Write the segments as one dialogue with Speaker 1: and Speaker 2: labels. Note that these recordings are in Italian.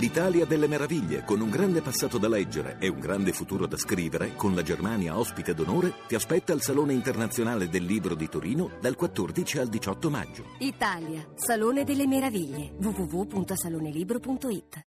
Speaker 1: L'Italia delle meraviglie, con un grande passato da leggere e un grande futuro da scrivere, con la Germania ospite d'onore, ti aspetta al Salone Internazionale del Libro di Torino dal 14 al 18 maggio.
Speaker 2: Italia, Salone delle Meraviglie, www.salonelibro.it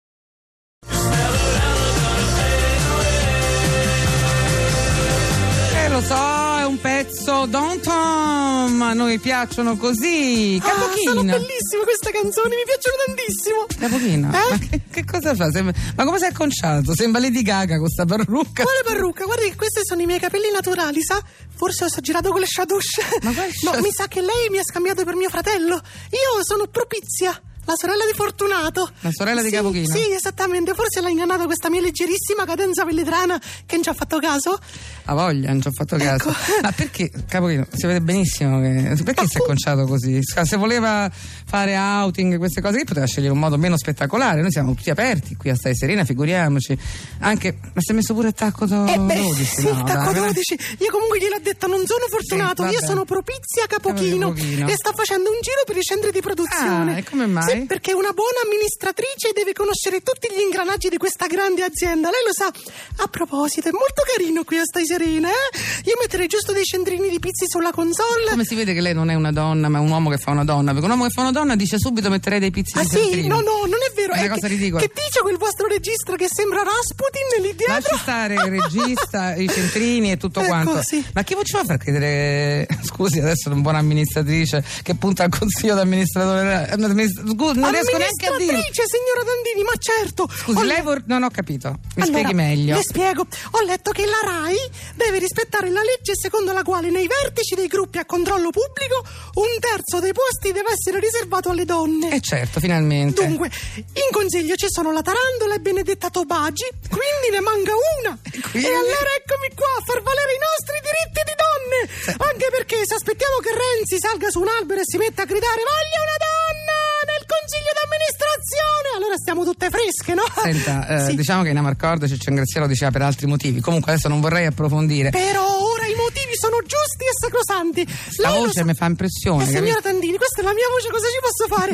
Speaker 3: Eh, lo so, è un pezzo Don Tom, a noi piacciono così.
Speaker 4: Ah, sono
Speaker 3: Capochino.
Speaker 4: bellissime queste canzoni, mi piacciono tantissimo.
Speaker 3: Capochino.
Speaker 4: Eh?
Speaker 3: Ma che, che cosa fa? Sembra- ma come si è acconciato? Sembra Lady Gaga con sta parrucca.
Speaker 4: Quale parrucca? Guarda che questi sono i miei capelli naturali, sa? Forse ho esagerato con le shadouche.
Speaker 3: Ma quale
Speaker 4: No,
Speaker 3: shadow-
Speaker 4: mi sa che lei mi ha scambiato per mio fratello. Io sono Propizia. La sorella di Fortunato.
Speaker 3: La sorella di
Speaker 4: Sì,
Speaker 3: Capochino.
Speaker 4: Sì, esattamente. Forse l'ha ingannata questa mia leggerissima cadenza pelletrana che non ci ha fatto caso.
Speaker 3: Ha voglia, non ci ho fatto caso.
Speaker 4: Ecco.
Speaker 3: Ma perché, Capochino, si vede benissimo che. Perché si è acconciato così? Scusa, Se voleva fare outing, queste cose, che poteva scegliere un modo meno spettacolare. Noi siamo tutti aperti qui a Stai Serena, figuriamoci. Anche. Ma si è messo pure il tacco do-
Speaker 4: Eh, beh,
Speaker 3: 12.
Speaker 4: sì,
Speaker 3: no,
Speaker 4: tacco
Speaker 3: dai, però-
Speaker 4: 12. Io comunque gliel'ho detto, non sono fortunato,
Speaker 3: Sì,
Speaker 4: io
Speaker 3: vabbè.
Speaker 4: sono propizia Capochino
Speaker 3: Capochino.
Speaker 4: e sto facendo un giro per i centri di produzione.
Speaker 3: Ah, e come mai?
Speaker 4: Sì, perché una buona amministratrice deve conoscere tutti gli ingranaggi di questa grande azienda. Lei lo sa. A proposito, è molto carino qui a Stai Serena, eh? Io metterei giusto dei centrini di pizzi sulla console.
Speaker 3: Come si vede che lei non è una donna, ma è un uomo che fa una donna? Perché un uomo che fa una donna dice subito metterei dei pizzi
Speaker 4: Ah
Speaker 3: di
Speaker 4: sì?
Speaker 3: centrino.
Speaker 4: No, no, non è vero.
Speaker 3: È una
Speaker 4: Eh,
Speaker 3: cosa
Speaker 4: che-
Speaker 3: ridicola.
Speaker 4: Che dice quel vostro regista che sembra Rasputin lì dietro?
Speaker 3: Lasci stare il regista, i centrini e tutto
Speaker 4: Ecco,
Speaker 3: quanto.
Speaker 4: sì.
Speaker 3: Ma chi ci fa far credere? Scusi, adesso una buona amministratrice che punta al consiglio d'amministratore. eh, amministra- scusi, Non riesco neanche a dire.
Speaker 4: Amministratrice, signora Dandini, ma certo.
Speaker 3: Scusi,
Speaker 4: Ho-
Speaker 3: lei vor- non ho capito. Mi
Speaker 4: Allora,
Speaker 3: spieghi meglio.
Speaker 4: Le spiego. Ho letto che la RAI deve rispettare la legge secondo la quale nei vertici dei gruppi a controllo pubblico un terzo dei posti deve essere riservato alle donne.
Speaker 3: Eh certo, finalmente.
Speaker 4: Dunque, in consiglio ci sono la Tarandola e Benedetta Tobagi, quindi ne manca una.
Speaker 3: quindi?
Speaker 4: E allora eccomi qua a far valere i nostri diritti di donne. Anche perché se aspettiamo che Renzi salga su un albero e si metta a gridare voglio una donna nel consiglio d'amministrazione, allora stiamo tutte fresche, no?
Speaker 3: Senta, eh,
Speaker 4: Sì.
Speaker 3: diciamo che in Amarcord Ciccio Ingraziano diceva per altri motivi. Comunque adesso non vorrei approfondire.
Speaker 4: Però ora i motivi sono giusti e sacrosanti.
Speaker 3: La
Speaker 4: Lei lo
Speaker 3: voce
Speaker 4: sa-
Speaker 3: mi fa impressione.
Speaker 4: Eh, signora
Speaker 3: capito?
Speaker 4: Tandini, questa è la mia voce, cosa ci posso fare?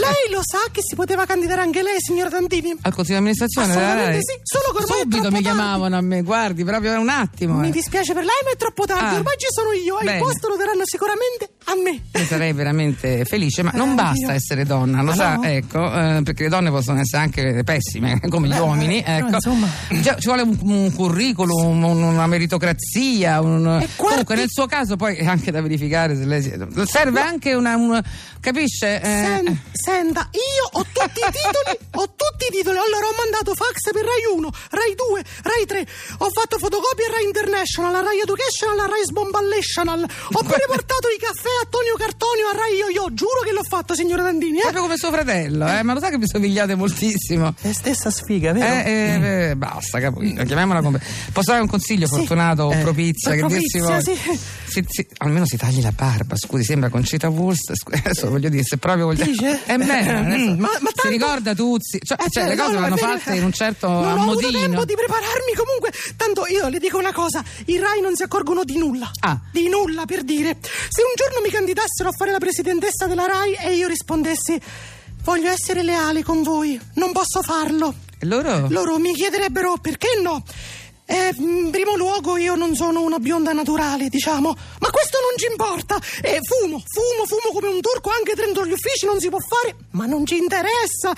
Speaker 4: lei lo sa che si poteva candidare anche lei, signora Tandini?
Speaker 3: Al consiglio di amministrazione? della
Speaker 4: Assolutamente
Speaker 3: RAI?
Speaker 4: sì, solo che ormai è
Speaker 3: Subito
Speaker 4: troppo
Speaker 3: mi
Speaker 4: tardi.
Speaker 3: chiamavano a me, guardi, proprio un attimo.
Speaker 4: Mi
Speaker 3: eh.
Speaker 4: dispiace per lei, ma è troppo tardi.
Speaker 3: Ah.
Speaker 4: Ormai ci sono io e
Speaker 3: Bene.
Speaker 4: il posto lo daranno sicuramente a me.
Speaker 3: Io sarei veramente felice, ma non
Speaker 4: Eh,
Speaker 3: basta
Speaker 4: io-
Speaker 3: essere donna, lo
Speaker 4: Ah,
Speaker 3: sa,
Speaker 4: no?
Speaker 3: ecco, eh, perché le donne possono essere anche pessime, come gli uomini,
Speaker 4: però,
Speaker 3: ecco.
Speaker 4: Eh, insomma.
Speaker 3: Già, ci vuole un, un curriculum, un- una meritocrazia, un- comunque nel suo caso poi è anche da verificare se lei si- serve anche una, un- capisce? Eh,
Speaker 4: Sen- senta, io ho tutti i titoli, ho tutti i titoli. Allora ho mandato fax per Rai 1, Rai 2, Rai 3, ho fatto fotocopie a Rai International, a Rai Educational, a Rai Sbomballational. Ho pure portato i caffè a Tonio Cartonio, a Rai Yo-Yo. Giuro che l'ho fatto, signora Tandini. Eh?
Speaker 3: Proprio come suo fratello, eh, ma lo sa che vi somigliate moltissimo.
Speaker 4: È stessa sfiga,
Speaker 3: Eh,
Speaker 4: Mm.
Speaker 3: eh, eh, basta, capolino, chiamiamola come. Posso dare un consiglio fortunato o
Speaker 4: Eh,
Speaker 3: propizia? Che
Speaker 4: propizia,
Speaker 3: dir si
Speaker 4: sì.
Speaker 3: voglia? Si- si- almeno si tagli la barba, scusi, sembra Concita Wurst. scu- Adesso voglio dire, se proprio vogliamo.
Speaker 4: Dice?
Speaker 3: Eh, beh, adesso-
Speaker 4: Mm, ma- ma tanto-
Speaker 3: si ricorda Tuzzi? Cioè,
Speaker 4: Eh,
Speaker 3: cioè,
Speaker 4: cioè,
Speaker 3: le cose
Speaker 4: no, no,
Speaker 3: vanno
Speaker 4: è vero.
Speaker 3: fatte in un certo
Speaker 4: non ho avuto
Speaker 3: ammodino.
Speaker 4: tempo di prepararmi comunque tanto io le dico una cosa i Rai non si accorgono di nulla
Speaker 3: Ah.
Speaker 4: di nulla per dire se un giorno mi candidassero a fare la presidentessa della Rai e io rispondessi voglio essere leale con voi non posso farlo
Speaker 3: E Loro?
Speaker 4: loro mi chiederebbero perché no Eh, in primo luogo io non sono una bionda naturale, diciamo, ma questo non ci importa. Eh, fumo, fumo, fumo come un turco anche dentro gli uffici non si può fare, ma non ci interessa.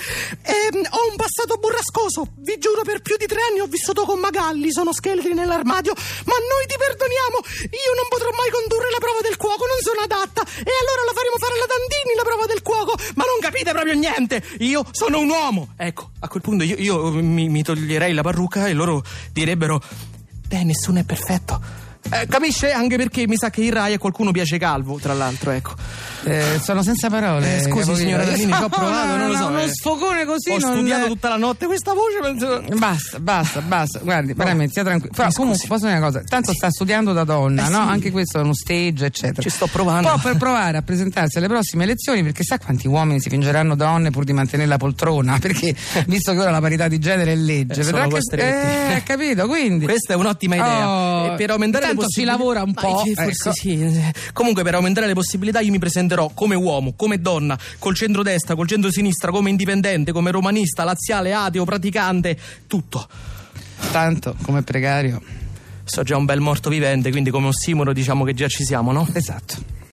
Speaker 4: Ehm, ho un passato burrascoso, vi giuro per più di tre anni ho vissuto con Magalli, sono scheletri nell'armadio, ma noi ti perdoniamo. Io non potrò mai condurre la prova del cuoco, non sono adatta. E allora la faremo fare alla Dandini la prova del cuoco, ma non capite proprio niente. Io sono un uomo.
Speaker 5: Ecco, a quel punto io, io eh, mi, mi toglierei la parrucca e loro direbbero: Beh, nessuno è perfetto. Eh, capisce? Anche perché mi sa che in Rai a qualcuno piace calvo, tra l'altro, ecco.
Speaker 3: Eh, sono senza parole.
Speaker 5: Eh, scusi,
Speaker 3: capolino.
Speaker 5: signora Landini, ci ho
Speaker 3: No,
Speaker 5: provato, non lo
Speaker 3: no,
Speaker 5: so,
Speaker 3: Uno
Speaker 5: eh.
Speaker 3: sfogone Ah, così.
Speaker 5: Ho
Speaker 3: non-
Speaker 5: studiato tutta la notte questa voce, penso.
Speaker 3: Basta, basta, basta. Guardi, veramente sia tranquillo. Però comunque posso dire una cosa: tanto sta studiando da donna, no? Anche questo è uno stage, eccetera.
Speaker 5: Eh Ci sto provando.
Speaker 3: Può per provare a presentarsi alle prossime elezioni, perché sa quanti uomini si fingeranno donne pur di mantenere la poltrona. Perché visto che ora la parità di genere è legge,
Speaker 5: Eh,
Speaker 3: vedrà
Speaker 5: sono
Speaker 3: che
Speaker 5: costretti.
Speaker 3: eh, capito, quindi.
Speaker 5: Questa è un'ottima idea.
Speaker 3: Oh,
Speaker 5: E per aumentare
Speaker 3: tanto si lavora un
Speaker 4: Ma
Speaker 3: po',
Speaker 4: sì, forse
Speaker 3: ecco.
Speaker 4: sì. Comunque, per aumentare le possibilità, io mi presenterò come uomo, come donna, col centrodestra, col centrosinistra, come indipendente, come romanista, laziale, ateo, praticante, tutto.
Speaker 3: Tanto come precario.
Speaker 4: So già un bel morto vivente, quindi come ossimoro diciamo che già ci siamo, no?
Speaker 3: Esatto.